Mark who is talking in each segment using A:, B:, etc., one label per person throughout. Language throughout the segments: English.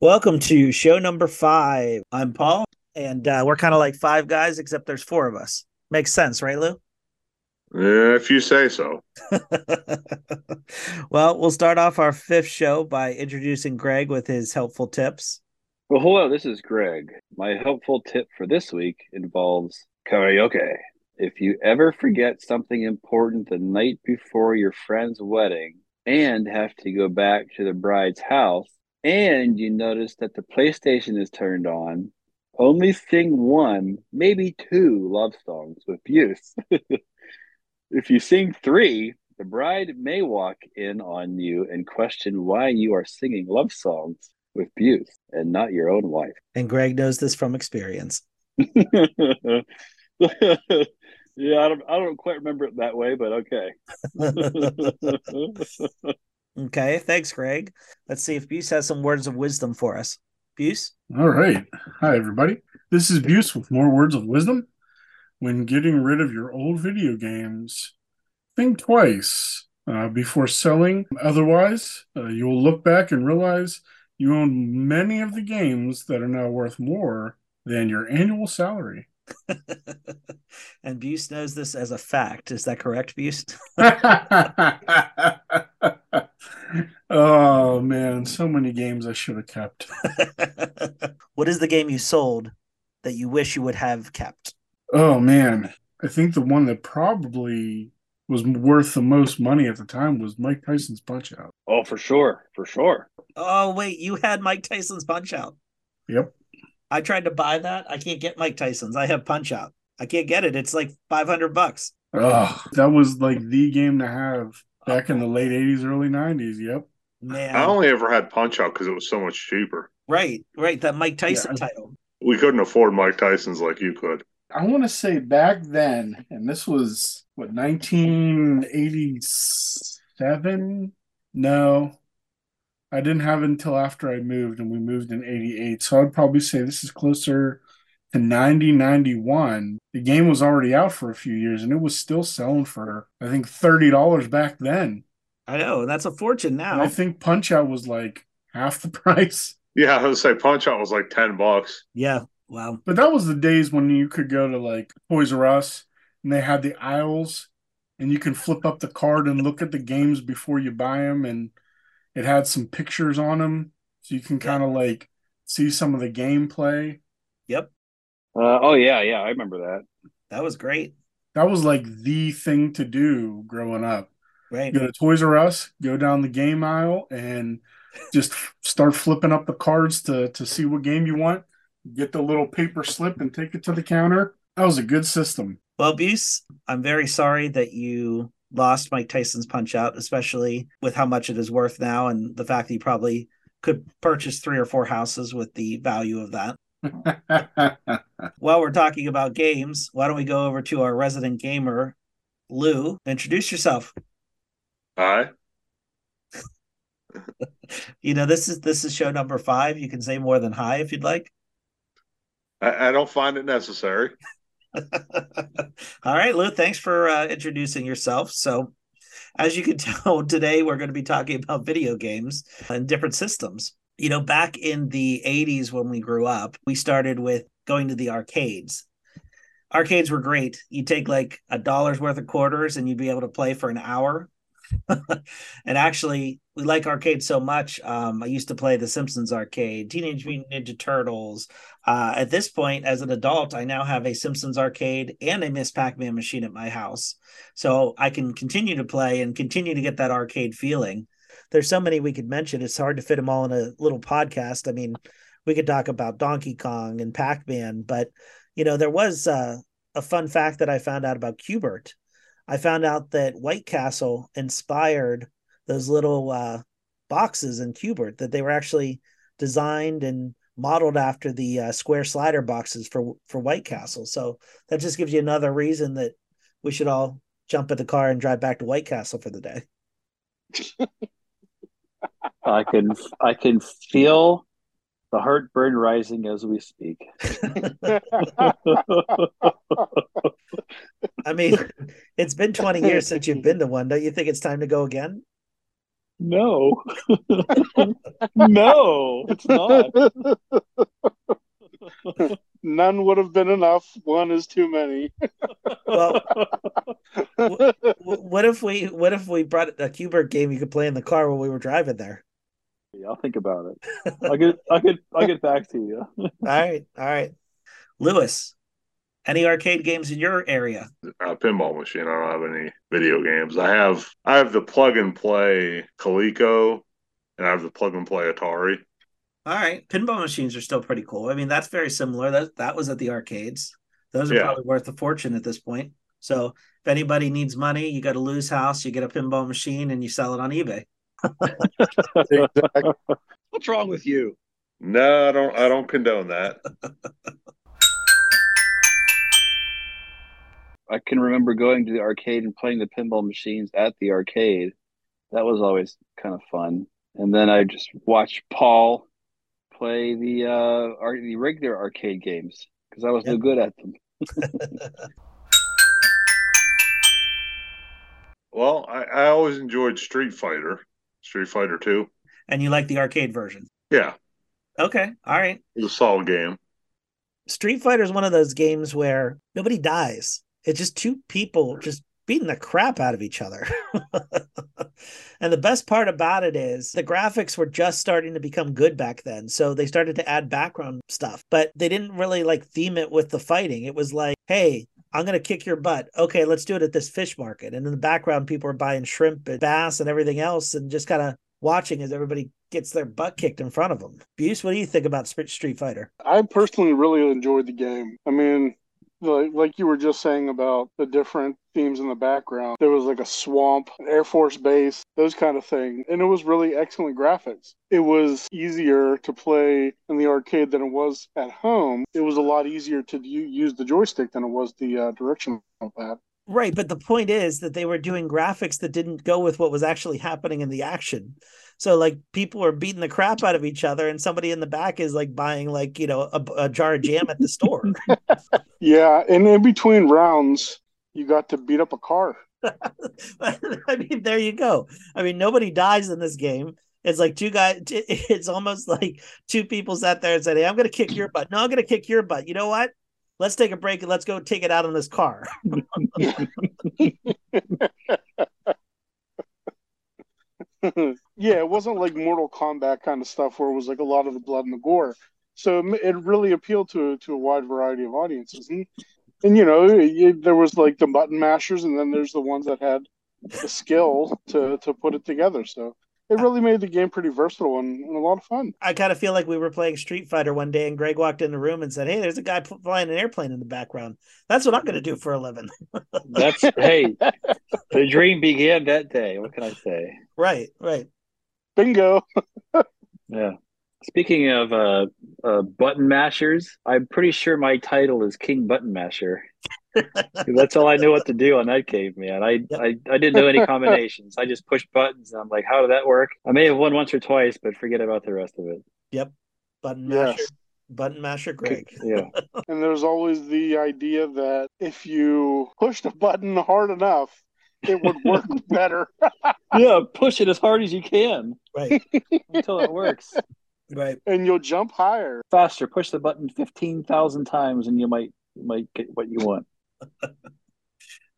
A: Welcome to show number five. I'm Paul, and uh, we're kind of like five guys, except there's four of us. Makes sense, right, Lou?
B: Eh, if you say so.
A: well, we'll start off our fifth show by introducing Greg with his helpful tips.
C: Well, hello, this is Greg. My helpful tip for this week involves karaoke. If you ever forget something important the night before your friend's wedding and have to go back to the bride's house, and you notice that the PlayStation is turned on, only sing one, maybe two love songs with youth. if you sing three, the bride may walk in on you and question why you are singing love songs with youth and not your own wife.
A: And Greg knows this from experience.
C: yeah, I don't, I don't quite remember it that way, but okay.
A: okay, thanks, Greg. Let's see if Buse has some words of wisdom for us. Buse?
D: All right. Hi, everybody. This is Buse with more words of wisdom. When getting rid of your old video games, think twice uh, before selling. Otherwise, uh, you'll look back and realize you own many of the games that are now worth more than your annual salary.
A: and Buse knows this as a fact. Is that correct, Buse?
D: oh, man. So many games I should have kept.
A: what is the game you sold that you wish you would have kept?
D: Oh man, I think the one that probably was worth the most money at the time was Mike Tyson's Punch Out.
C: Oh, for sure, for sure.
A: Oh, wait, you had Mike Tyson's Punch Out.
D: Yep.
A: I tried to buy that. I can't get Mike Tyson's. I have Punch Out. I can't get it. It's like 500 bucks.
D: Oh, that was like the game to have back in the late '80s, early '90s. Yep.
A: Man.
B: I only ever had Punch Out because it was so much cheaper.
A: Right, right. That Mike Tyson title.
B: We couldn't afford Mike Tyson's like you could.
D: I want to say back then, and this was what 1987. No, I didn't have it until after I moved, and we moved in '88. So I'd probably say this is closer to 90, 91. The game was already out for a few years, and it was still selling for I think thirty dollars back then.
A: I know. That's a fortune now.
D: And I think Punch Out was like half the price.
B: Yeah, I would say Punch Out was like ten bucks.
A: yeah. Wow.
D: But that was the days when you could go to like Toys R Us and they had the aisles and you can flip up the card and look at the games before you buy them. And it had some pictures on them. So you can kind of like see some of the gameplay.
C: Uh, oh yeah, yeah, I remember that.
A: That was great.
D: That was like the thing to do growing up.
A: Right.
D: Go to Toys R Us, go down the game aisle and just start flipping up the cards to, to see what game you want. Get the little paper slip and take it to the counter. That was a good system.
A: Well, Buse, I'm very sorry that you lost Mike Tyson's punch out, especially with how much it is worth now and the fact that you probably could purchase three or four houses with the value of that. While we're talking about games, why don't we go over to our resident gamer, Lou? Introduce yourself.
B: Aye.
A: You know, this is this is show number five. You can say more than hi if you'd like.
B: I, I don't find it necessary.
A: All right, Lou, thanks for uh, introducing yourself. So, as you can tell, today we're going to be talking about video games and different systems. You know, back in the 80s when we grew up, we started with going to the arcades. Arcades were great. You take like a dollar's worth of quarters and you'd be able to play for an hour. and actually, we like arcades so much. Um, I used to play The Simpsons arcade, Teenage Mutant Ninja Turtles, uh, at this point, as an adult, I now have a Simpsons arcade and a Miss Pac Man machine at my house. So I can continue to play and continue to get that arcade feeling. There's so many we could mention. It's hard to fit them all in a little podcast. I mean, we could talk about Donkey Kong and Pac Man, but, you know, there was uh, a fun fact that I found out about Cubert. I found out that White Castle inspired those little uh, boxes in Cubert, that they were actually designed and modeled after the uh, square slider boxes for for White Castle. So that just gives you another reason that we should all jump in the car and drive back to White Castle for the day.
C: I can I can feel the heartburn rising as we speak.
A: I mean, it's been 20 years since you've been to one. Don't you think it's time to go again?
C: No. no, it's not.
E: None would have been enough. One is too many.
A: Well, Wh- what if we what if we brought a Qbert game you could play in the car while we were driving there?
C: Yeah, I'll think about it. I'll get I could I get back to you.
A: All right, all right. Lewis, any arcade games in your area?
B: a pinball machine. I don't have any video games. I have I have the plug and play Coleco, and I have the plug and play Atari.
A: All right, pinball machines are still pretty cool. I mean, that's very similar. That that was at the arcades. Those are
B: Yeah.
A: probably worth a fortune at this point. So if anybody needs money, you go to Lou's house, you get a pinball machine, and you sell it on eBay.
E: Exactly.
F: What's wrong with you?
B: No, I don't. I don't condone that.
C: I can remember going to the arcade and playing the pinball machines at the arcade. That was always kind of fun. And then I just watched Paul play the uh ar- the regular arcade games because I was no
A: Yep.
C: good at them.
B: Well, I, I always enjoyed Street Fighter, Street Fighter Two.
A: And you like the arcade version.
B: Yeah,
A: Okay, all right.
B: it was a solid game.
A: Street Fighter is one of those games where nobody dies. It's just two people just beating the crap out of each other. and the best part about it is the graphics were just starting to become good back then. So they started to add background stuff, but they didn't really like theme it with the fighting. It was like, hey, I'm going to kick your butt. Okay, let's do it at this fish market. And in the background, people are buying shrimp and bass and everything else and just kind of watching as everybody gets their butt kicked in front of them. Buse, what do you think about Sp- Street Fighter?
E: I personally really enjoyed the game. I mean, like, like you were just saying about the different themes in the background, there was like a swamp, an Air Force base, those kind of things. And it was really excellent graphics. It was easier to play in the arcade than it was at home. It was a lot easier to u- use the joystick than it was the uh, directional pad.
A: Right, but the point is that they were doing graphics that didn't go with what was actually happening in the action. So like people are beating the crap out of each other, and somebody in the back is like buying like you know a, a jar of jam at the store.
E: Yeah, and in between rounds, you got to beat up a car.
A: I mean, there you go. I mean, nobody dies in this game. It's like two guys. It's almost like two people sat there and said, "Hey, I'm going to kick your butt." No, I'm going to kick your butt. You know what? Let's take a break and let's go take it out on this car.
E: yeah, it wasn't like Mortal Kombat kind of stuff where it was like a lot of the blood and the gore. So it m- it really appealed to to a wide variety of audiences, and, and you know you, there was like the button mashers, and then there's the ones that had the skill to to put it together. So it really made the game pretty versatile and, and a lot of fun.
A: I kind of feel like we were playing Street Fighter one day, and Greg walked in the room and said, "Hey, there's a guy pl- flying an airplane in the background. That's what I'm going to do for a living."
C: That's hey, the dream began that day. What can I say?
A: right, right.
E: Bingo!
C: Yeah. Speaking of uh, uh, button mashers, I'm pretty sure my title is King Button Masher. 'Cause That's all I knew what to do on that cave, man. I, I, I didn't know any combinations. I just pushed buttons and I'm like, how did that work? I may have won once or twice, but forget about the rest of it.
A: Button
E: Yes.
A: masher, button masher, Greg.
C: Yeah.
E: And there's always the idea that if you pushed a button hard enough, it would work better.
C: yeah, push it as hard as you can
A: right,
C: until it works.
A: right.
E: and you'll jump higher.
C: Faster, push the button 15,000 times and you might you might get what you want.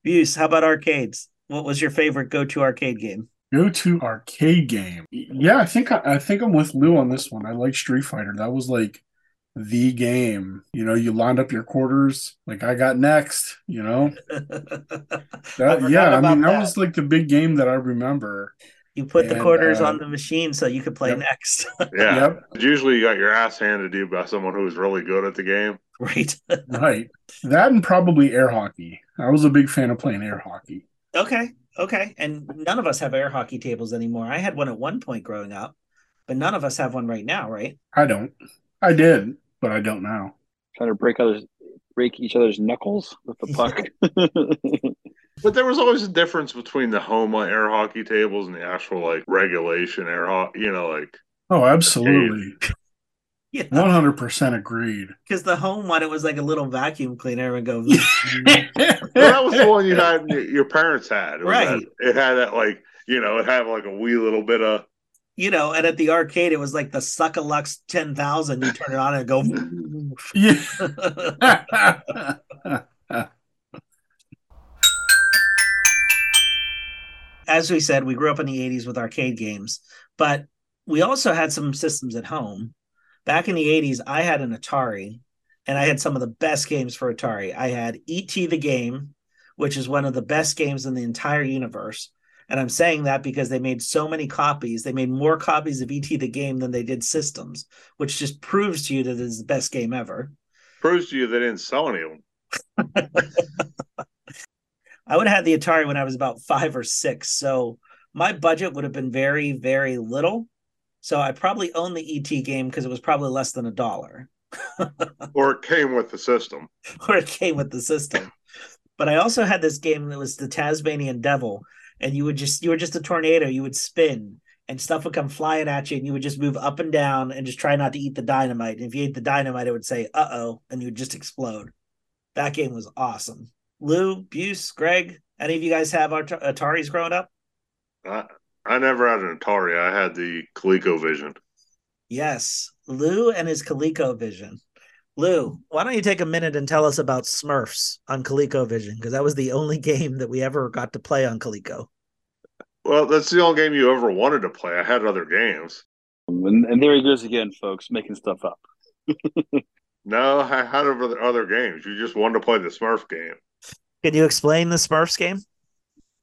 A: Buse, how about arcades? What was your favorite go-to arcade game?
D: Go to arcade game. Yeah, I think I, I think I'm with Lou on this one. I like Street Fighter. That was like the game. You know, you lined up your quarters. Like I got next. You know,
A: I
D: that,
A: forgot
D: yeah. I
A: about
D: mean, that,
A: that.
D: was like the big game that I remember.
A: You put the
D: And,
A: quarters
D: uh,
A: on the machine so you could play
D: yep.
A: next.
B: Yeah,
D: Yep.
B: usually you got your ass handed to you by someone who was really good at the game.
A: right.
D: Right. That and probably air hockey. I was a big fan of playing air hockey.
A: Okay. Okay. And none of us have air hockey tables anymore. I had one at one point growing up, but none of us have one right now, right?
D: I don't. I did, but I don't now.
C: Trying to break others break each other's knuckles with the puck.
B: But there was always a difference between the Homa air hockey tables and the actual like regulation air hockey. You know, like
D: Oh, absolutely.
A: Yeah.
D: 100% agreed.
A: Because the home one, it was like a little vacuum cleaner and go.
B: well, that was the one you had your parents had. It was
A: Right.
B: that- it had that like you know, it have like a wee little bit of
A: you know, and at the arcade, it was like the Suckalux 10,000. You turn it on and go.
D: Yeah.
A: As we said, we grew up in the 80s with arcade games, but we also had some systems at home. Back in the 80s, I had an Atari and I had some of the best games for Atari. I had E.T. the Game, which is one of the best games in the entire universe. And I'm saying that because they made so many copies. They made more copies of ET the game than they did systems, which just proves to you that it is the best game ever.
B: proves to you they didn't sell any of them.
A: I would have had the Atari when I was about five or six. So my budget would have been very, very little. So I probably owned the ET game because it was probably less than a dollar
B: Or it came with the system.
A: or it came with the system. But I also had this game that was the Tasmanian Devil, and you would just you were just a tornado. You would spin, and stuff would come flying at you, and you would just move up and down and just try not to eat the dynamite. And if you ate the dynamite, it would say "uh oh," and you would just explode. That game was awesome. Lou, Buse, Greg, any of you guys have At- Ataris growing up?
B: I, I never had an Atari. I had the ColecoVision.
A: Yes, Lou and his ColecoVision. Lou, why don't you take a minute and tell us about Smurfs on ColecoVision? Because that was the only game that we ever got to play on Coleco.
B: Well, that's the only game you ever wanted to play. I had other games.
C: And, and there he goes again, folks, making stuff up.
B: No, I had other other games. You just wanted to play the Smurf game.
A: Can you explain the Smurfs game?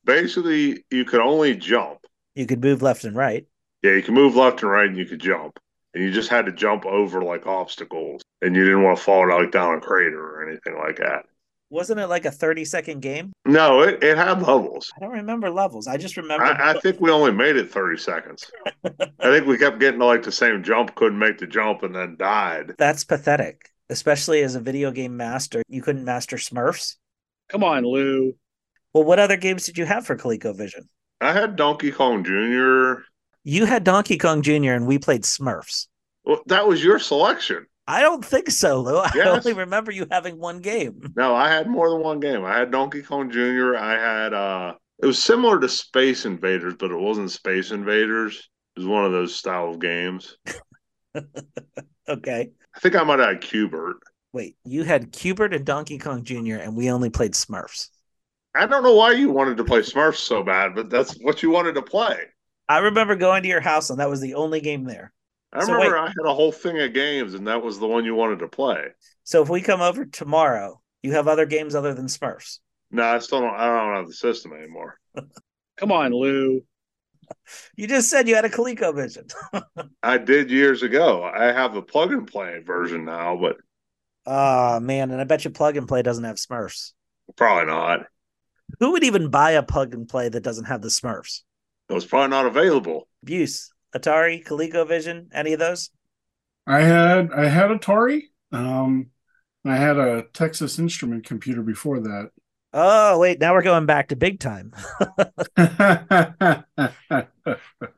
B: Basically, you could only jump.
A: You could move left and right.
B: Yeah, you can move left and right and you could jump. And you just had to jump over like obstacles and you didn't want to fall like down a crater or anything like that.
A: Wasn't it like a 30 second game?
B: No, it, it had levels.
A: I don't remember levels. I just remember.
B: I, I think we only made it 30 seconds. I think we kept getting to like the same jump, couldn't make the jump, and then died.
A: That's pathetic, especially as a video game master. You couldn't master Smurfs.
C: Come on, Lou.
A: Well, what other games did you have for ColecoVision?
B: I had Donkey Kong Jr.
A: You had Donkey Kong Jr., and we played Smurfs.
B: Well, that was your selection.
A: I don't think so, Lou. I
B: Yes.
A: only remember you having one game.
B: No, I had more than one game. I had Donkey Kong Jr. I had uh it was similar to Space Invaders, but it wasn't Space Invaders. It was one of those style of games.
A: Okay.
B: I think I might have had Cubert.
A: Wait, you had Cubert and Donkey Kong Jr., and we only played Smurfs.
B: I don't know why you wanted to play Smurfs so bad, but that's what you wanted to play.
A: I remember going to your house, and that was the only game there.
B: I
A: So
B: remember
A: wait.
B: I had a whole thing of games, and that was the one you wanted to play.
A: So if we come over tomorrow, you have other games other than Smurfs.
B: No, I still don't. I don't have the system anymore.
C: Come on, Lou.
A: You just said you had a ColecoVision.
B: I did years ago. I have a plug and play version now, but
A: Ah man, and I bet you Plug and Play doesn't have Smurfs.
B: probably not.
A: Who would even buy a Plug and Play that doesn't have the Smurfs?
B: It was probably not available.
A: Abuse, Atari, ColecoVision, any of those?
D: I had I had Atari. Um, I had a Texas Instrument computer before that.
A: Oh wait, now we're going back to big time.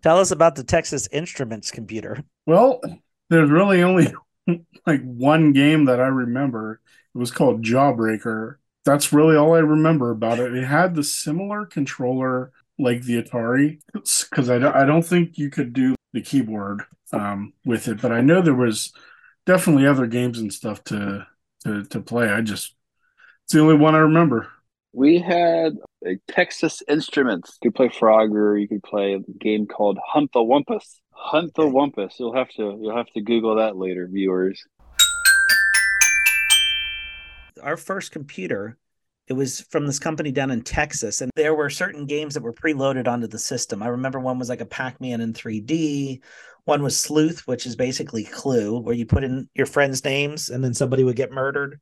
A: Tell us about the Texas Instruments computer.
D: well, there's really only like one game that I remember. It was called Jawbreaker. That's really all I remember about it. It had the similar controller like the Atari, because I, don't- I don't think you could do the keyboard um, with it. But I know there was definitely other games and stuff to to to play. I just it's the only one I remember.
C: We had a Texas Instruments. You could play Frogger. You could play a game called Hunt the Wumpus. Hunt the
A: Okay.
C: Wumpus. You'll have to you'll have to Google that later, viewers.
A: Our first computer, it was from this company down in Texas, and there were certain games that were preloaded onto the system. I remember one was like a Pac-Man in 3D. One was Sleuth, which is basically Clue, where you put in your friends' names and then somebody would get murdered,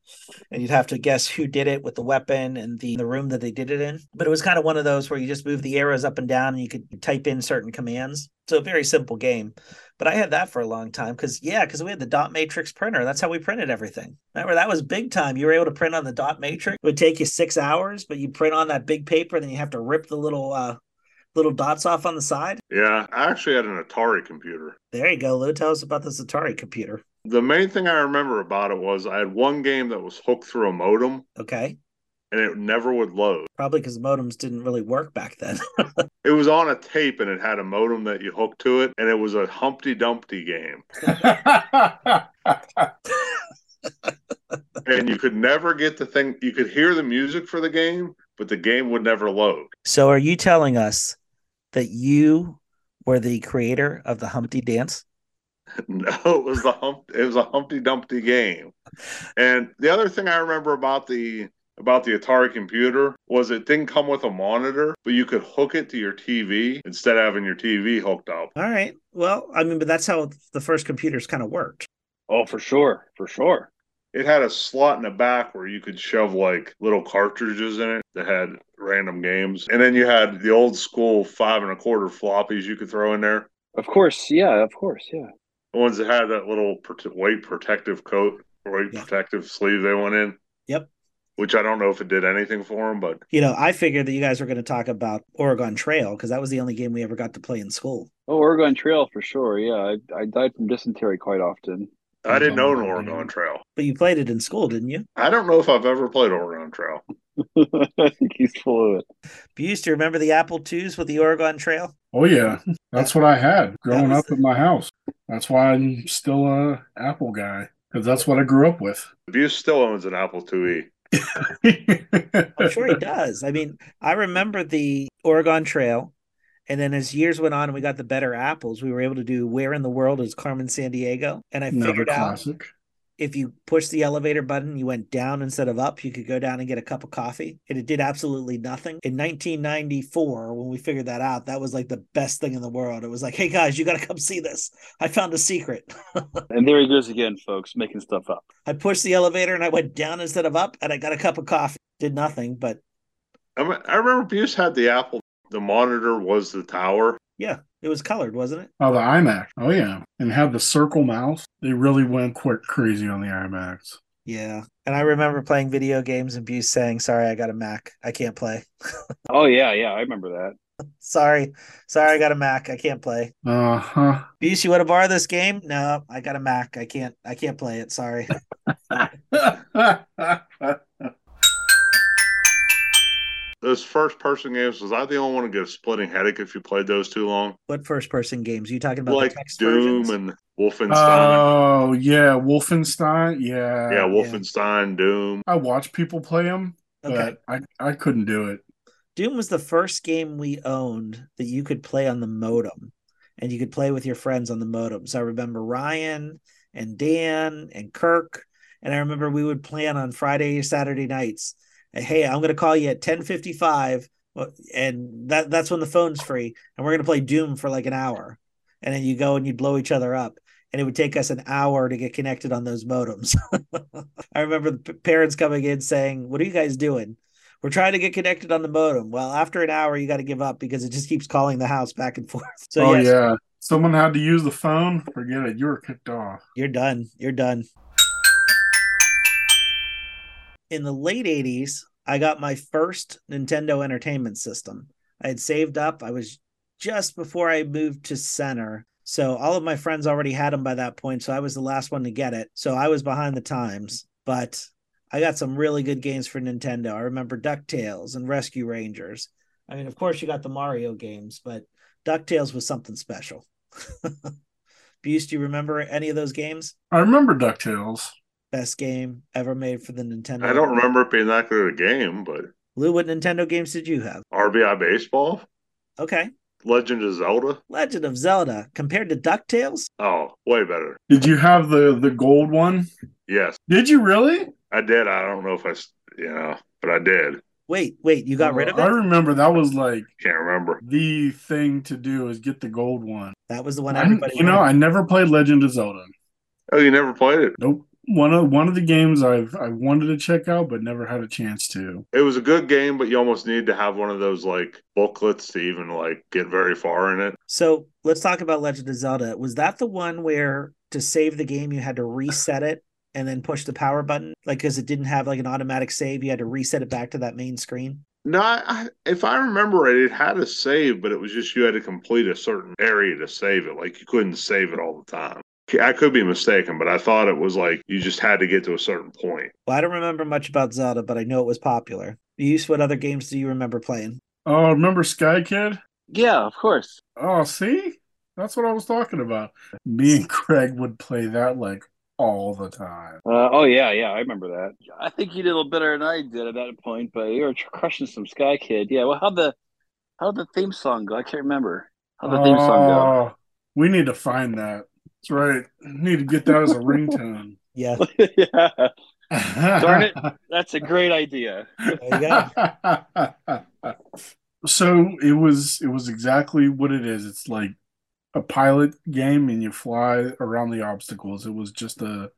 A: and you'd have to guess who did it with the weapon and the, the room that they did it in. But it was kind of one of those where you just move the arrows up and down and you could type in certain commands. So a very simple game. But I had that for a long time because, yeah, because we had the dot matrix printer. That's how we printed everything. Remember, that was big time. You were able to print on the dot matrix. It would take you six hours, but you print on that big paper, then you have to rip the little, uh, little dots off on the side.
B: Yeah, I actually had an Atari computer.
A: There you go, Lou. Tell us about this Atari computer.
B: The main thing I remember about it was I had one game that was hooked through a modem,
A: Okay.
B: and it never would load.
A: Probably because modems didn't really work back then.
B: It was on a tape and it had a modem that you hooked to it, and it was a Humpty Dumpty game. And you could never get the thing, you could hear the music for the game, but the game would never load.
A: so are you telling us that you were the creator of the Humpty Dance?
B: No, it was the hump. It was a Humpty Dumpty game. And the other thing I remember about the about the Atari computer was it didn't come with a monitor, but you could hook it to your TV instead of having your TV hooked up.
A: All right. Well, I mean, but that's how the first computers kind of worked.
C: Oh, for sure, for sure.
B: It had a slot in the back where you could shove like little cartridges in it that had random games, and then you had the old school five and a quarter floppies you could throw in there.
C: Of course, yeah, of course, yeah.
B: The ones that had that little prote- weight protective coat, weight
A: Yeah.
B: protective sleeve they went in.
A: Yep.
B: Which I don't know if it did anything for them, but
A: You know, I figured that you guys were going to talk about Oregon Trail because that was the only game we ever got to play in school.
C: Oh, Oregon Trail for sure. Yeah, I, I died from dysentery quite often.
B: I didn't
D: Mhm.
B: own Oregon Trail.
A: But you played it in school, didn't you?
B: I don't know if I've ever played Oregon Trail.
C: I think he's full of it.
A: Buse, do you remember the Apple IIs with the Oregon Trail?
D: Oh yeah, that's what I had growing
A: was
D: up at my house. That's why I'm still a Apple guy because that's what I grew up with.
B: Abuse still owns an Apple E. IIe.
A: I'm sure he does. I mean, I remember the Oregon Trail. And then as years went on and we got the better apples, we were able to do Where in the World is Carmen San Diego? And I
D: Another
A: figured out
D: classic.
A: if you push the elevator button, you went down instead of up, you could go down and get a cup of coffee. And it did absolutely nothing. In 1994, when we figured that out, that was like the best thing in the world. It was like, hey guys, you got to come see this. I found a secret.
C: And there he goes again, folks, making stuff up.
A: I pushed the elevator and I went down instead of up and I got a cup of coffee. Did nothing, but
B: I, me- I remember Abuse had the Apple. The monitor was the tower.
A: yeah, it was colored, wasn't it?
D: Oh, the iMac. Oh yeah, and had the circle mouse. They really went quick crazy on the iMacs.
A: Yeah. And I remember playing video games and Buse saying, sorry, I got a Mac. I can't play.
C: Oh yeah, yeah, I remember that.
A: Sorry. Sorry, I got a Mac. I can't play.
D: Uh huh.
A: Buse, you want to borrow this game? No, I got a Mac. I can't I can't play it. Sorry.
B: Those first person games, was I the only one to get a splitting headache if you played those too long?
A: What first person games? Are you talking about
B: Like
A: the text
B: Doom
A: versions?
B: and Wolfenstein.
D: oh yeah, Wolfenstein. Yeah,
B: yeah, Wolfenstein, Doom.
D: I watched people play them,
A: okay.
D: but I I couldn't do it.
A: Doom was the first game we owned that you could play on the modem. And you could play with your friends on the modem. So I remember Ryan and Dan and Kirk. And I remember we would plan on Friday or Saturday nights. and, Hey, I'm gonna call you at 1055. well, And that that's when the phone's free. And we're gonna play Doom for like an hour. And then you go and you blow each other up. And it would take us an hour to get connected on those modems. I remember the p- parents coming in saying, What are you guys doing? We're trying to get connected on the modem. Well, after an hour, you got to give up because it just keeps calling the house back and forth. So,
D: oh
A: yes,
D: yeah, someone had to use the phone. Forget it. You were kicked off.
A: you're done. You're done. In the late 80s, I got my first Nintendo Entertainment System. I had saved up. I was just before I moved to center. So all of my friends already had them by that point. So I was the last one to get it. So I was behind the times, but I got some really good games for Nintendo. I remember DuckTales and Rescue Rangers. I mean, of course, you got the Mario games, but DuckTales was something special. Buse, do you remember any of those games?
D: I remember Ducktales.
A: Best game ever made for the Nintendo.
B: I don't remember it being that good of a game, but
A: Lou, what Nintendo games did you have?
B: RBI Baseball,
A: Okay.
B: Legend of Zelda.
A: Legend of Zelda compared to DuckTales?
B: Oh, way better.
D: Did you have the the gold one?
B: Yes,
D: Did you really?
B: I did. I don't know if I, s- you know, but I did.
A: Wait, wait, you got rid of it?
D: I remember that was like
B: Can't remember.
D: the thing to do is get the gold one.
A: that was the one
D: I-
A: everybody
D: you know,
A: wanted.
D: I never played Legend of Zelda.
B: Oh, you never played it?
D: Nope. One of one of the games I've I wanted to check out but never had a chance to.
B: It was a good game, but you almost need to have one of those like booklets to even like get very far in it.
A: So let's talk about Legend of Zelda. Was that the one where to save the game you had to reset it and then push the power button? Like because it didn't have like an automatic save, you had to reset it back to that main screen.
B: No, I, I, if I remember it, it had a save, but it was just you had to complete a certain area to save it. Like you couldn't save it all the time. I could be mistaken, but I thought it was like you just had to get to a certain point.
A: Well, I don't remember much about Zelda, but I know it was popular. You, what other games do you remember playing?
D: Oh, remember Sky Kid?
C: Yeah, of course.
D: Oh, see? That's what I was talking about. Me and Craig would play that like all the time.
C: Uh, oh yeah, yeah, I remember that. I think you did a little better than I did at that point, but you were crushing some Sky Kid. Yeah. Well, how the how the theme song go? I can't remember. How the theme song go?
D: Oh, we need to find that. That's right. Need to get that as a ringtone.
A: Yeah,
C: yeah. Darn it! That's a great idea.
A: there you go.
D: so it was it was exactly what it is. It's like a pilot game and you fly around the obstacles. It was just a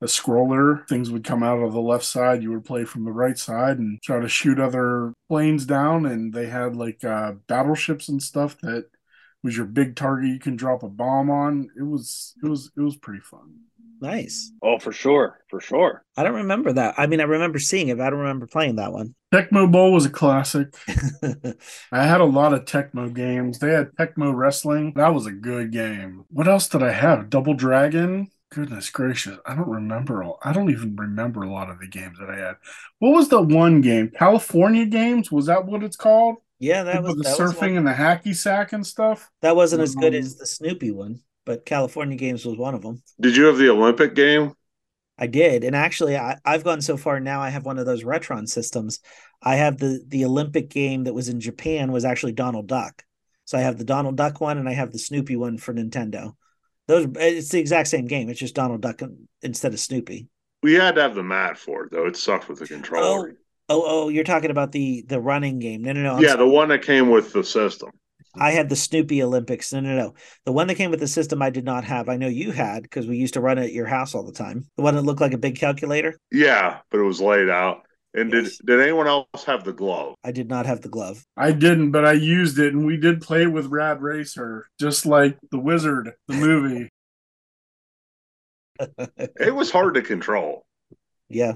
D: a scroller. Things would come out of the left side. You would play from the right side and try to shoot other planes down. And they had like uh, battleships and stuff that was your big target. You can drop a bomb on. It was it was it was pretty fun.
A: Nice.
C: Oh, for sure, for sure.
A: I don't remember that. I mean, I remember seeing it, but I don't remember playing that one.
D: Tecmo Bowl was a classic. I had a lot of Tecmo games. They had Tecmo Wrestling. That was a good game. What else did I have? Double Dragon. Goodness gracious, I don't remember all. I don't even remember a lot of the games that I had. What was the one game? California Games was that what it's called?
A: yeah, that was
D: With the
A: that was
D: surfing
A: one-
D: and the hacky sack and stuff.
A: that wasn't as good
D: Um,
A: as the Snoopy one, but California Games was one of them.
B: Did you have the Olympic game?
A: I did, and actually, I, I've gone so far now. I have one of those Retron systems. I have the the Olympic game that was in Japan was actually Donald Duck. So I have the Donald Duck one, and I have the Snoopy one for Nintendo. Those it's the exact same game. It's just Donald Duck um, instead of Snoopy.
B: We had to have the mat for it though. It sucked with the controller.
A: Oh, oh, you're talking about the the running game. No, no, no. I'm
B: yeah,
A: sorry.
B: the one that came with the system.
A: I had the Snoopy Olympics. No, no, no. The one that came with the system I did not have. I know you had because we used to run it at your house all the time. The one that looked like a big calculator.
B: Yeah, but it was laid out. And
A: Yes.
B: did did anyone else have the glove?
A: I did not have the glove.
D: I didn't, but I used it, and we did play with Rad Racer, just like the Wizard, the movie.
B: It was hard to control.
A: yeah.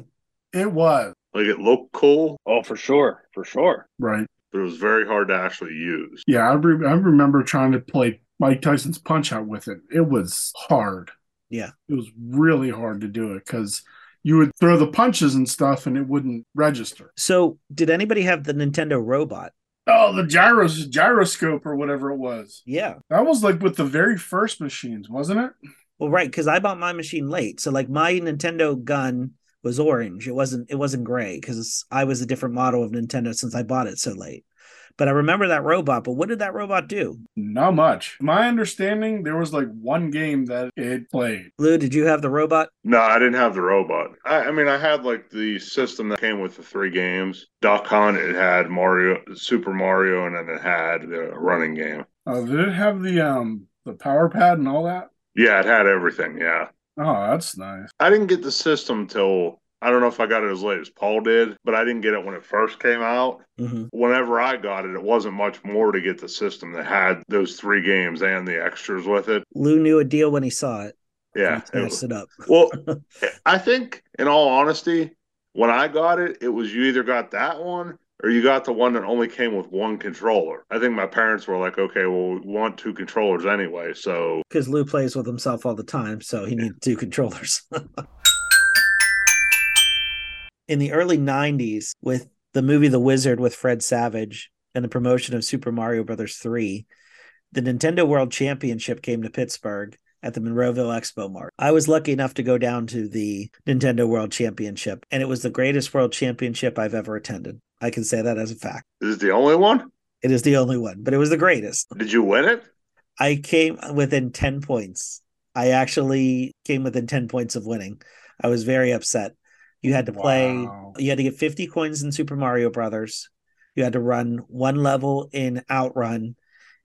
D: It was
B: Like it looked cool,
C: Oh, for sure, for sure.
D: right.
B: but it was very hard to actually use.
D: Yeah, I, re- I remember trying to play Mike Tyson's Punch Out with it. It was hard.
A: Yeah.
D: it was really hard to do it because you would throw the punches and stuff, and it wouldn't register.
A: So, did anybody have the Nintendo robot?
D: Oh, the gyros gyroscope or whatever it was.
A: Yeah.
D: That was like with the very first machines, wasn't it?
A: Well, right, because I bought my machine late. So, like, my Nintendo gun was orange. It wasn't. It wasn't gray because I was a different model of Nintendo since I bought it so late. But I remember that robot. But what did that robot do?
D: Not much. My understanding, there was like one game that it played.
A: Lou, did you have the robot?
B: No, I didn't have the robot. I, I mean, I had like the system that came with the three games. Doc Hunt, it had Mario, Super Mario, and then it had the running game.
D: Uh, did it have the um the power pad and all that?
B: Yeah, it had everything. Yeah.
D: Oh, that's nice.
B: I didn't get the system till I don't know if I got it as late as Paul did, but I didn't get it when it first came out.
A: Mm-hmm.
B: Whenever I got it, it wasn't much more to get the system that had those three games and the extras with it.
A: Lou knew a deal when he saw it.
B: Yeah.
A: he
B: it was-
A: snatched it up.
B: Well, I think, in all honesty, when I got it, it was you either got that one or you got the one that only came with one controller. I think my parents were like, okay, well, we want two controllers anyway. So,
A: because Lou plays with himself all the time, so he needs two controllers. In the early 90s, with the movie The Wizard with Fred Savage and the promotion of Super Mario Brothers 3, the Nintendo World Championship came to Pittsburgh at the Monroeville Expo Mart. I was lucky enough to go down to the Nintendo World Championship, and it was the greatest World Championship I've ever attended. I can say that as a fact.
B: is it the only one?
A: It is the only one, but it was the greatest.
B: Did you win it?
A: I came within 10 points. I actually came within 10 points of winning. I was very upset. You had to play,
D: Wow.
A: you had to get 50 coins in Super Mario Brothers. You had to run one level in Outrun,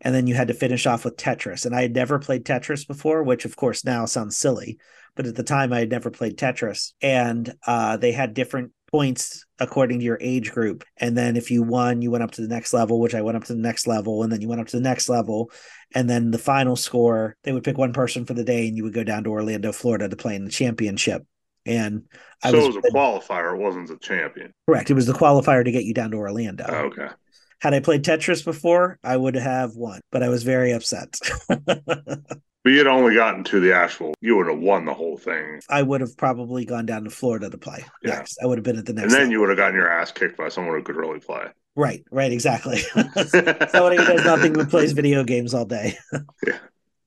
A: and then you had to finish off with Tetris. And I had never played Tetris before, which of course now sounds silly, but at the time I had never played Tetris. And uh, they had different points according to your age group. And then if you won, you went up to the next level, which I went up to the next level, and then you went up to the next level and then the final score they would pick one person for the day and you would go down to orlando florida to play in the championship and i
B: so
A: was,
B: it was a qualifier. It wasn't the champion.
A: correct it was the qualifier to get you down to orlando
B: Oh, Okay.
A: had i played tetris before i would have won but i was very upset
B: But you'd only gotten to the actual, you would have won the whole thing.
A: I would have probably gone down to Florida to play
B: Yeah.
A: next. I would have been at the next.
B: and then
A: level.
B: you would have gotten your ass kicked by someone who could really play.
A: right, right, exactly. Somebody who does nothing but plays video games all day.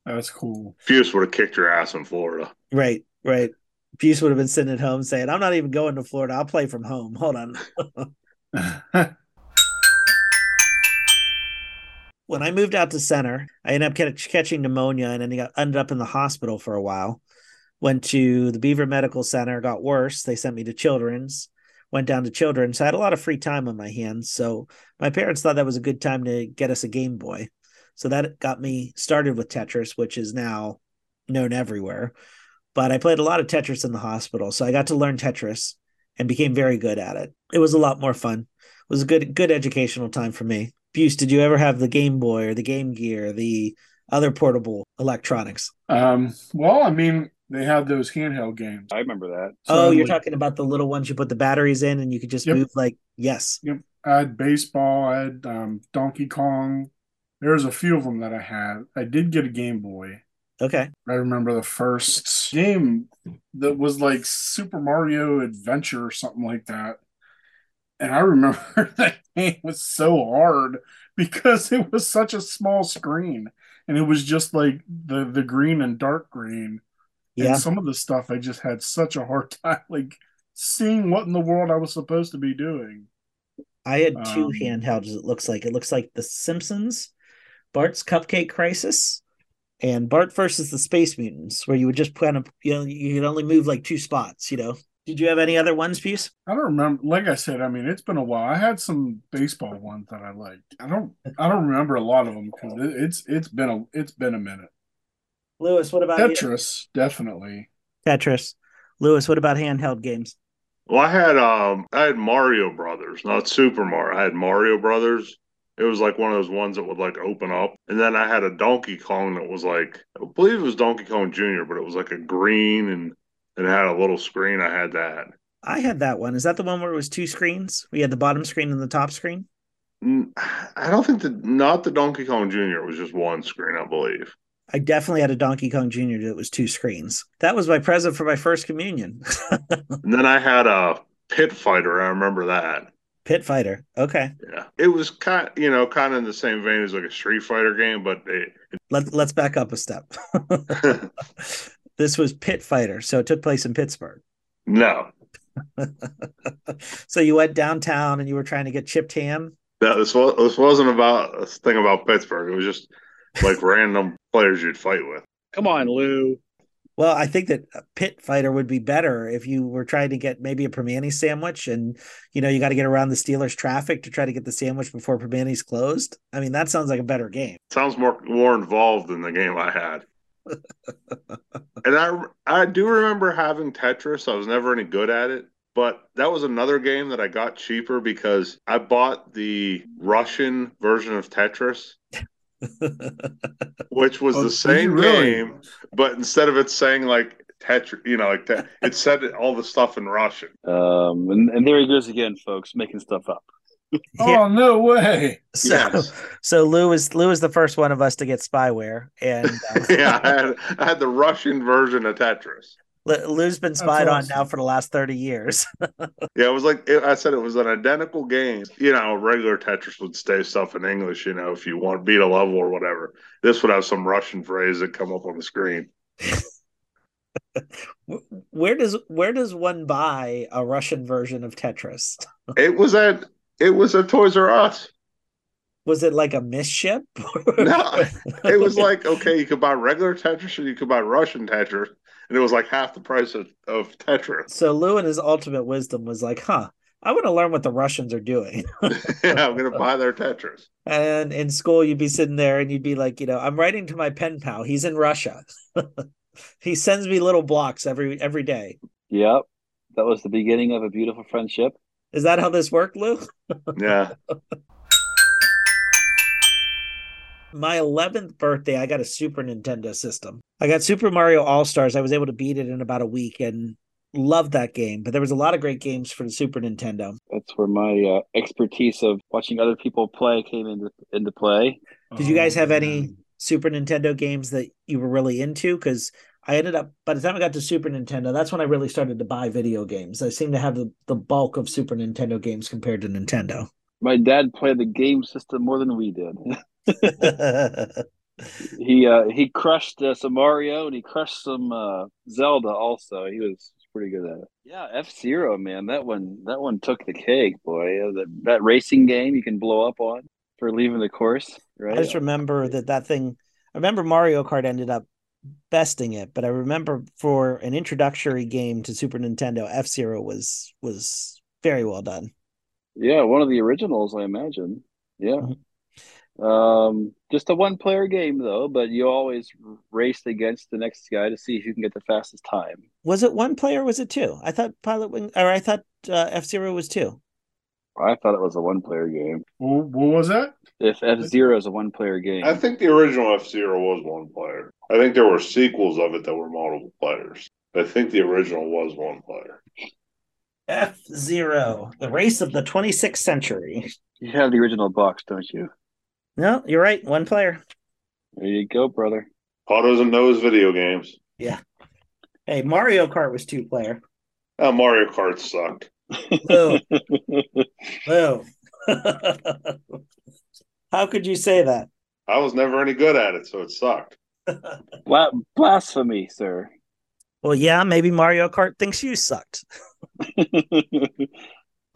D: That's cool.
B: Fuse would have kicked your ass in Florida.
A: Right, right. Buse would have been sitting at home saying, "I'm not even going to Florida. I'll play from home. Hold on." when I moved out to center, I ended up catch, catching pneumonia and ended up, ended up in the hospital for a while. Went to the Beaver Medical Center, got worse. They sent me to Children's, went down to Children's. I had a lot of free time on my hands. So my parents thought that was a good time to get us a Game Boy. So that got me started with Tetris, which is now known everywhere. But I played a lot of Tetris in the hospital. So I got to learn Tetris and became very good at it. It was a lot more fun. It was a good good educational time for me. Buse, did you ever have the Game Boy or the Game Gear, the other portable electronics?
D: um, well, I mean, they had those handheld games.
C: I remember that.
D: So
A: oh,
D: I'd
A: you're
D: like-
A: talking about the little ones you put the batteries in and you could just
D: Yep.
A: move like yes.
D: I had baseball. I had um, Donkey Kong. There's a few of them that I had. I did get a Game Boy.
A: Okay.
D: I remember the first game that was like Super Mario Adventure or something like that. And I remember that game was so hard because it was such a small screen and it was just like the the green and dark green.
A: Yeah.
D: And some of the stuff I just had such a hard time like seeing what in the world I was supposed to be doing.
A: I had two
D: Um,
A: handhelds, it looks like. It looks like The Simpsons, Bart's Cupcake Crisis, and Bart versus the Space Mutants, where you would just kind of, you know, you could only move like two spots, you know. Did you have any other ones, Buse?
D: I don't remember. Like I said, I mean, it's been a while. I had some baseball ones that I liked. I don't. I don't remember a lot of them because it, it's it's been a it's been a minute.
A: Lewis, what about you?
D: Tetris, definitely.
A: Tetris. Lewis, what about handheld games?
B: Well, I had um, I had Mario Brothers, not Super Mario. I had Mario Brothers. It was like one of those ones that would like open up, and then I had a Donkey Kong that was like, I believe it was Donkey Kong Junior, but it was like a green and and it had a little screen. I had that.
A: I had that one. Is that the one where it was two screens? We had the bottom screen and the top screen.
B: Mm, I don't think the not the Donkey Kong Junior. It was just one screen, I believe.
A: I definitely had a Donkey Kong Jr. that was two screens. That was my present for my first communion.
B: And then I had a Pit Fighter. I remember that.
A: Pit Fighter. Okay.
B: Yeah, it was kind, you know, kind of in the same vein as like a Street Fighter game, but it,
A: Let, let's back up a step. this was Pit Fighter. So it took place in Pittsburgh.
B: no,
A: so you went downtown and you were trying to get chipped ham.
B: that this was this wasn't about a thing about Pittsburgh. It was just like random players you'd fight with.
C: Come on, Lou.
A: Well, I think that a Pit Fighter would be better if you were trying to get maybe a Permane sandwich and, you know, you got to get around the Steelers traffic to try to get the sandwich before Permane's closed. I mean, that sounds like a better game.
B: Sounds more more involved than the game I had. and I I do remember having Tetris. I was never any good at it, but that was another game that I got cheaper because I bought the Russian version of Tetris, Oh, which was
D: Oh,
B: the
D: did you
B: same
D: really?
B: game. but instead of it saying like Tetris, you know, like te- it said all the stuff in Russian.
C: Um, and, and there he goes again, folks, making stuff up.
A: Yeah.
D: Oh no way!
A: So, so Lou is Lou is the first one of us to get spyware, and um,
B: yeah, I had, I had the Russian version of Tetris.
A: Lu- Lou's been
D: That's
A: spied on
D: awesome.
A: now for the last thirty years.
B: Yeah, it was like it, I said, it was an identical game. You know, regular Tetris would say stuff in English. You know, if you want to beat a level or whatever, this would have some Russian phrase that come up on the screen.
A: Wh- Where does where does one buy a Russian version of Tetris?
B: It was at it was at Toys R Us.
A: Was it like a misship?
B: No, It was like okay, you could buy regular Tetris or you could buy Russian Tetris, and it was like half the price of, of Tetris.
A: so. Lou and his ultimate wisdom was like, "Huh, I want to learn what the Russians are doing."
B: yeah, I'm gonna buy their Tetris.
A: and in school, you'd be sitting there and you'd be like, "You know, I'm writing to my pen pal. He's in Russia. he sends me little blocks every every day."
C: Yep. That was the beginning of a beautiful friendship.
A: Is that how this worked, Lou?
B: Yeah.
A: my 11th birthday i got a super nintendo system i got super mario all stars i was able to beat it in about a week and loved that game but there was a lot of great games for the super nintendo
C: That's where my uh, expertise of watching other people play came into into play.
D: Oh,
A: Oh, Did you guys have any- Super Nintendo games that you were really into? Because I ended up by the time I got to Super Nintendo, that's when I really started to buy video games. I seem to have the, the bulk of Super Nintendo games compared to Nintendo.
C: My dad played the game system more than we did. he uh, he crushed uh, some Mario and he crushed some uh, Zelda. Also, he was pretty good at it. Yeah, F Zero, man, that one that one took the cake, boy. Uh, That that racing game you can blow up on for leaving the course, right?
A: I just remember that that thing. I remember Mario Kart ended up besting it, but I remember for an introductory game to Super Nintendo, F Zero was was very well done.
C: Yeah, one of the originals, I imagine. Yeah. Um, just a one player game though, but you always raced against the next guy to see if you can get the fastest time.
A: Was it one player? Or was it two? I thought Pilot Wing, or I thought uh, F Zero was two.
C: I thought it was a one player game.
D: Well, what was that?
C: If F Zero is a one player game,
B: I think the original F Zero was one player. I think there were sequels of it that were multiple players. But I think the original was one player.
A: F Zero, the race of the 26th century.
C: you have the original box, don't you?
A: No, you're right. One player.
C: There you go, brother.
B: Paul doesn't know his video games.
A: Hey, Mario Kart was two player.
B: Ah, Mario Kart sucked.
A: Boo. Boo. How could you say that?
B: I was never any good at it, so it sucked.
C: Bla- blasphemy, sir.
A: Well, yeah, maybe Mario Kart thinks you sucked.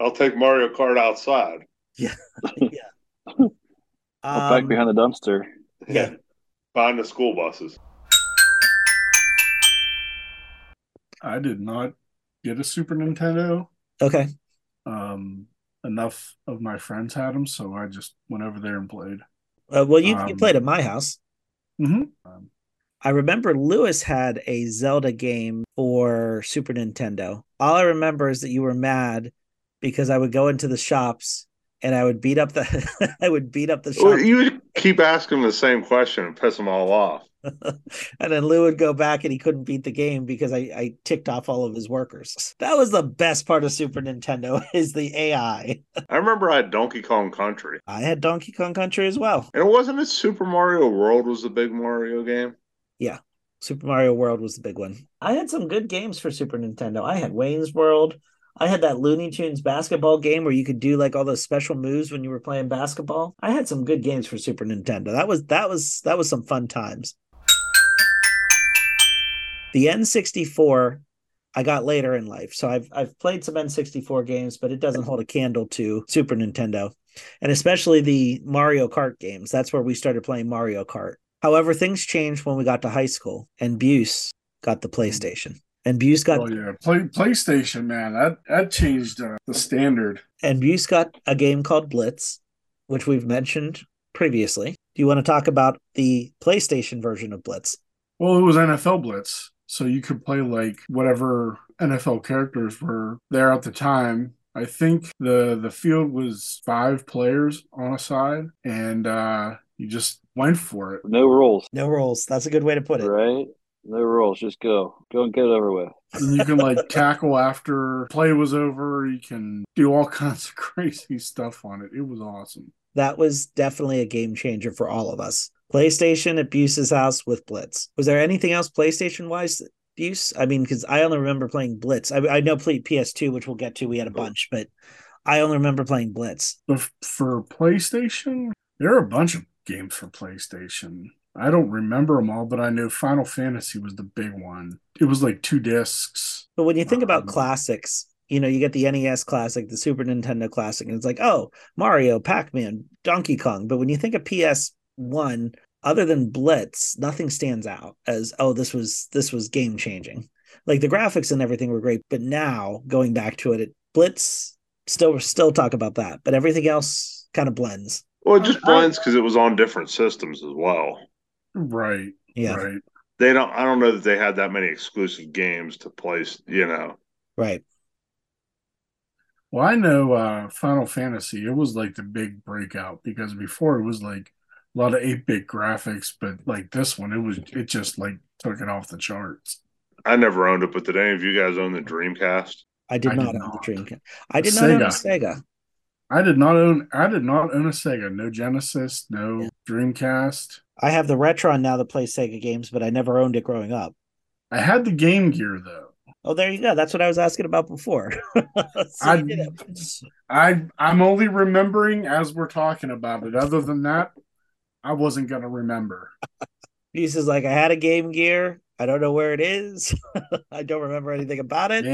B: I'll take Mario Kart outside.
C: Well,
A: Um,
C: back behind the dumpster.
A: Yeah.
B: Behind the school buses.
D: I did not get a Super Nintendo.
A: okay.
D: Um, enough of my friends had them, so I just went over there and played.
A: Uh, well, you, you
D: Um,
A: played at my house.
D: Mm-hmm. Um,
A: I remember Lewis had a Zelda game for Super Nintendo. All I remember is that you were mad because I would go into the shops and I would beat up the I would beat up the shop
B: You keep asking the same question and piss them all off.
A: and then Lou would go back and he couldn't beat the game because I, I ticked off all of his workers. That was the best part of Super Nintendo is the AI.
B: I remember I had Donkey Kong Country.
A: I had Donkey Kong Country as well.
B: And it wasn't it Super Mario World was the big Mario game?
A: Super Mario World was the big one. I had some good games for Super Nintendo. I had Wayne's World. I had that Looney Tunes basketball game where you could do like all those special moves when you were playing basketball. I had some good games for Super Nintendo. That was that was that was some fun times. The N64 I got later in life. So I've I've played some N64 games, but it doesn't hold a candle to Super Nintendo. And especially the Mario Kart games. That's where we started playing Mario Kart. However, things changed when we got to high school and Buse got the PlayStation. And Buse got
D: oh yeah, play PlayStation, man. That that changed uh, the standard.
A: and Buse got a game called Blitz, which we've mentioned previously. Do you want to talk about the PlayStation version of Blitz?
D: Well, it was NFL Blitz, so you could play like whatever NFL characters were there at the time. I think the the field was five players on a side, and uh, you just went for it.
C: No rules,
A: No rules. That's a good way to put it.
C: right? No rules. Just go. Go and get it over with.
D: And you can like tackle after play was over. You can do all kinds of crazy stuff on it. It was awesome.
A: That was definitely a game changer for all of us. PlayStation at Buse's house with Blitz. Was there anything else PlayStation wise, Buse? I mean, because I only remember playing Blitz. I, I know play PS2, which we'll get to. We had a bunch, but I only remember playing Blitz.
D: But f- for PlayStation, there are a bunch of games for PlayStation. I don't remember them all, but I know Final Fantasy was the big one. It was like two discs.
A: But when you think about
D: Um,
A: classics, you know, you get the NES classic, the Super Nintendo classic, and it's like, oh, Mario, Pac Man, Donkey Kong. But when you think of PS1, other than Blitz, nothing stands out as, oh, this was this was game changing. Like the graphics and everything were great, but now going back to it, it Blitz still still talk about that, but everything else kind of blends.
B: Well, it just
D: I- I-
B: blends because it was on different systems as well.
D: Right.
A: Yeah, right.
D: Right.
B: They don't. I don't know that they had that many exclusive games to place. You know,
D: Well, I know uh Final Fantasy, it was like the big breakout because before it was like a lot of 8-bit graphics, but like this one, it was it just like took it off the charts.
B: I never owned it, but did any of you guys own the Dreamcast?
A: I did
D: I did
A: not own
D: not.
A: the Dreamcast. I did not own a Sega.
D: I did not own I did not own a Sega, no Genesis, no
A: Yeah.
D: Dreamcast.
A: I have the Retron now that plays Sega games, but I never owned it growing up.
D: I had the Game Gear though.
A: Oh, there you go. That's what I was asking about before. So
D: I-
A: you know.
D: I I'm only remembering as we're talking about it. Other than that, I wasn't gonna remember.
A: He's just like, I had a Game Gear. I don't know where it is. I don't remember anything about it.
D: Yeah.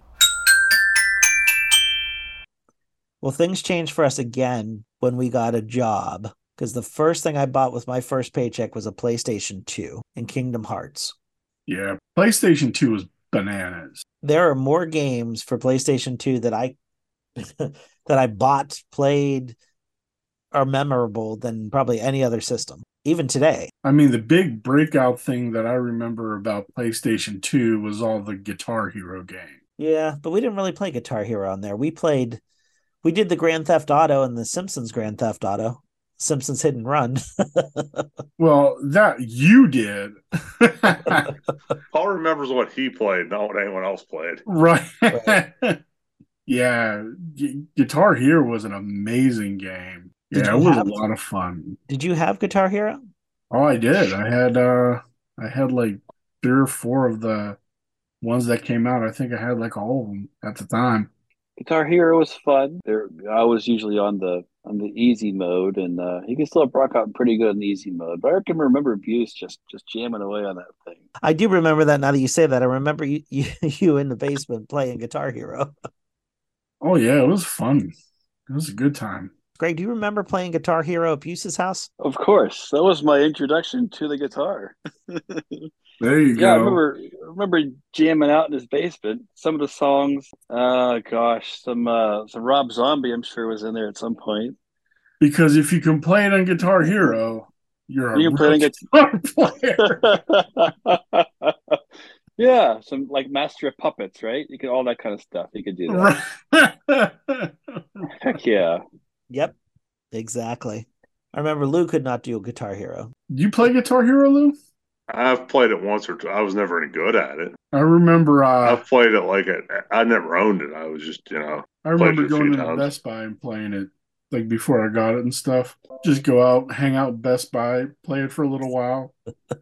A: Well, things changed for us again when we got a job because the first thing I bought with my first paycheck was a PlayStation 2 and Kingdom Hearts.
D: Yeah, PlayStation Two was bananas.
A: There are more games for PlayStation 2 that I that I bought, played, are memorable than probably any other system. Even today,
D: I mean, the big breakout thing that I remember about PlayStation Two was all the Guitar Hero game.
A: Yeah, but we didn't really play Guitar Hero on there. We played, we did the Grand Theft Auto and the Simpsons Grand Theft Auto, Simpsons Hidden Run.
D: Well, that you did,
B: Paul remembers what he played, not what anyone else played.
D: right? yeah, Gu- Guitar Hero was an amazing game.
A: Did
D: Yeah,
A: you
D: it was a
A: have-
D: lot of fun.
A: Did you have Guitar Hero?
D: Oh, I did. I had uh I had like three or four of the ones that came out. I think I had like all of them at the time.
C: Guitar Hero was fun. There, I was usually on the on the easy mode, and uh, he can still rock out pretty good in the easy mode. But I can remember Buse just just jamming away on that thing.
A: I do remember that now that you say that. I remember you, you, you in the basement playing Guitar Hero.
D: Oh yeah, it was fun. It was a good time.
A: Greg, do you remember playing Guitar Hero at Buse's house?
C: Of course, that was my introduction to the guitar.
D: There you
C: Yeah, I
D: go.
C: remember I remember jamming out in his basement. Some of the songs, uh gosh, some uh some Rob Zombie I'm sure was in there at some point.
D: Because if you can play it on Guitar Hero, you're a
C: You can play
D: real
C: it
D: guitar player.
C: yeah, some like Master of Puppets, right? You could all that kind of stuff. You could do that.
D: Right.
C: Heck yeah.
A: Yep, exactly. I remember Lou could not do Guitar Hero.
D: You play Guitar Hero, Lou?
B: I've played it once or two. I was never any good at it.
D: I remember uh
B: I've played it like it. I never owned it. I was just, you know,
D: I
B: played
D: remember
B: it a few
D: going into
B: times.
D: Best Buy and playing it like before I got it and stuff. Just go out, hang out at Best Buy, play it for a little while.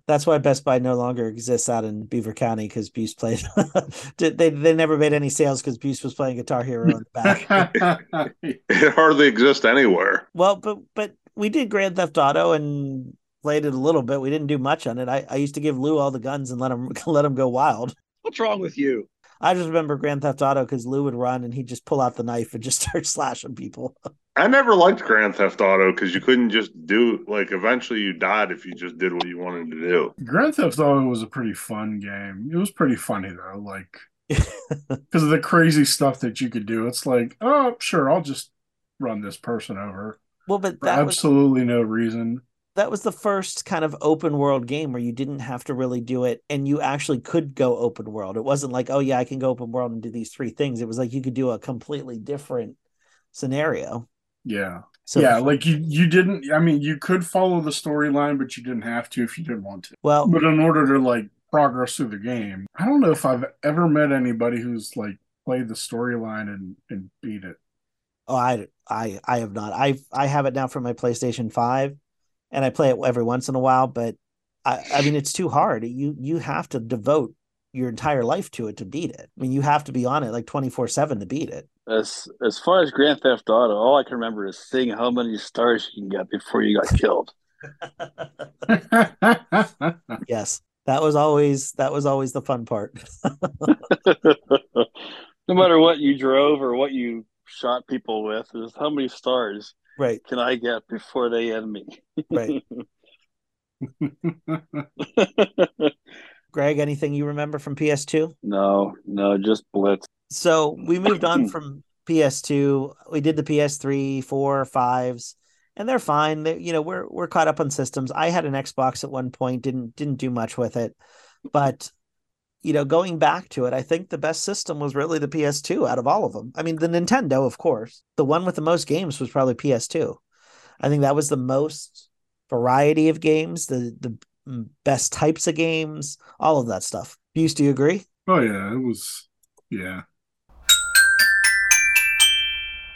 A: That's why Best Buy no longer exists out in Beaver County because Buse played. Did- they they never made any sales because Buse was playing Guitar Hero in the back.
B: it hardly exists anywhere.
A: Well, but but we did Grand Theft Auto and played it a little bit. We didn't do much on it. I, I used to give Lou all the guns and let him let him go wild.
F: What's wrong with you?
A: I just remember Grand Theft Auto because Lou would run and he'd just pull out the knife and just start slashing people.
B: I never liked Grand Theft Auto because you couldn't just do like. Eventually, you died if you just did what you wanted to do.
D: Grand Theft Auto was a pretty fun game. It was pretty funny though, like because of the crazy stuff that you could do. It's like, oh, sure, I'll just run this person over
A: Well, but
D: for
A: that was
D: absolutely no reason.
A: that was the first kind of open world game where you didn't have to really do it and you actually could go open world. It wasn't like, oh yeah, I can go open world and do these three things. It was like you could do a completely different scenario.
D: Yeah,
A: So
D: yeah, like you you didn't. I mean, you could follow the storyline, but you didn't have to if you didn't want to.
A: well,
D: But in order to like progress through the game, I don't know if I've ever met anybody who's like played the storyline and and beat it.
A: Oh, I I I have not. I I have it now for my PlayStation 5 and I play it every once in a while, but I I mean it's too hard. You you have to devote your entire life to it to beat it. I mean you have to be on it like 24/7 to beat it.
C: As as far as Grand Theft Auto, all I can remember is seeing how many stars you can get before you got killed.
A: Yes. That was always that was always the fun part.
C: no matter what you drove or what you shot people with, is how many stars
A: right,
C: can I get before they end me?
A: right. Greg, anything you remember from PS2?
C: no, no, just blitz.
A: So we moved on from PS2. We did the PS3, four, fives, and they're fine. They, you know, we're we're caught up on systems. I had an Xbox at one point. Didn't didn't do much with it, but you know, going back to it, I think the best system was really the PS2 out of all of them. I mean, the Nintendo, of course, the one with the most games was probably PS2. I think that was the most variety of games, the the mm, best types of games, all of that stuff. Buse, do you agree?
D: oh yeah, it was. Yeah.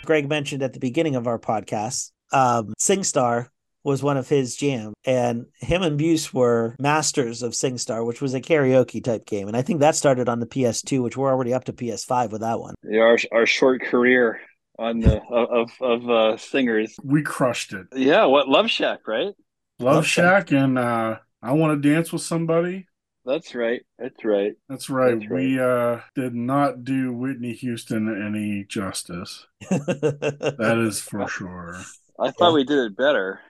A: Greg mentioned at the beginning of our podcast, um, SingStar was one of his jam, and him and Buse were masters of SingStar, which was a karaoke type game, and I think that started on the PS2, which we're already up to PS5 with that one.
C: Yeah, our our short career on the of of uh, singers.
D: We crushed it.
C: Yeah, what Love Shack, right?
D: Love,
A: Love
D: Shack and uh, I Want to Dance with Somebody.
C: That's right. That's right.
D: That's right.
C: That's right.
D: We uh, did not do Whitney Houston any justice. That is for sure.
C: I thought
A: Yeah.
C: we did it better.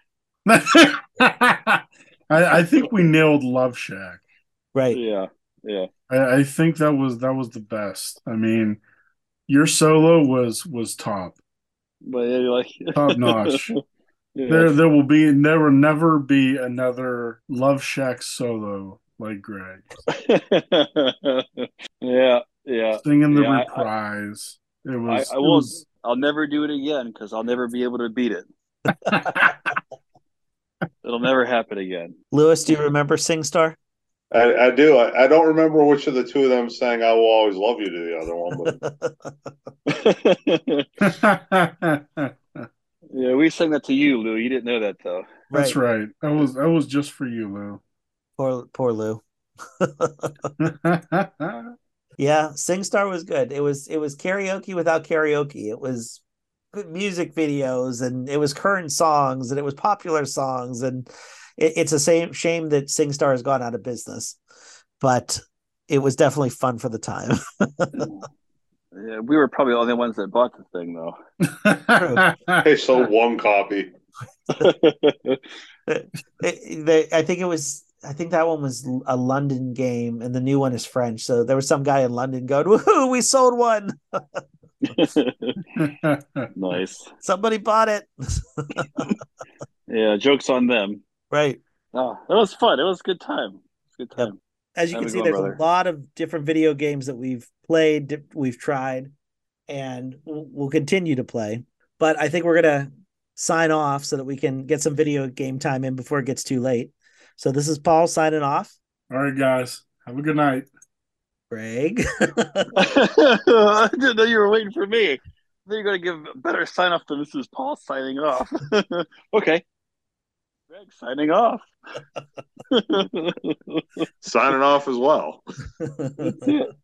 D: I, I think we nailed Love Shack.
A: right.
C: Yeah, yeah.
D: I, I think that was that was the best. I mean, your solo was was top
C: But yeah, you're like
D: top notch.
C: Yeah.
D: There there will be there will never be another Love Shack solo like Greg
C: yeah, yeah.
D: singing the
C: Yeah, I- I-
D: reprise. it
C: I,
D: was.
C: I
D: it
C: won't.
D: was-
C: I'll never do it again because I'll never be able to beat it. It'll never happen again.
A: Lewis, do you remember SingStar?
B: I, I do. I, I don't remember which of the two of them sang "I will always love you" to the other one, but
C: yeah, we sang that to you, Lou. You didn't know that though.
D: That's right. That was that was just for you,
A: Poor poor Lou.
D: Lou.
A: Yeah, SingStar was good. It was it was karaoke without karaoke. It was good music videos and it was current songs and it was popular songs and it, it's a same shame that SingStar has gone out of business, but it was definitely fun for the time.
C: Yeah, we were probably the only ones that bought the thing though.
B: they sold one copy.
A: It- they, I think it was. I think that one was a London game and the new one is French. So there was some guy in London going, "Woohoo, we sold one!
C: nice.
A: Somebody bought it!"
C: Yeah, jokes on them.
A: Right.
C: Oh, that was fun. It was a good time. It was a good
A: Yep.
C: time.
A: as you
C: Have
A: can
C: a
A: see,
C: good one,
A: there's
C: brother.
A: a lot of different video games that we've played, di- we've tried, and we'll we'll continue to play. But I think we're gonna sign off so that we can get some video game time in before it gets too late. So this is Paul signing off.
D: All right, guys. Have a good night.
A: Greg,
C: I didn't know you were waiting for me. Then you're going to give a better sign off than this is Paul signing off. okay. Greg signing off. That's
B: Signing off as well.
C: it.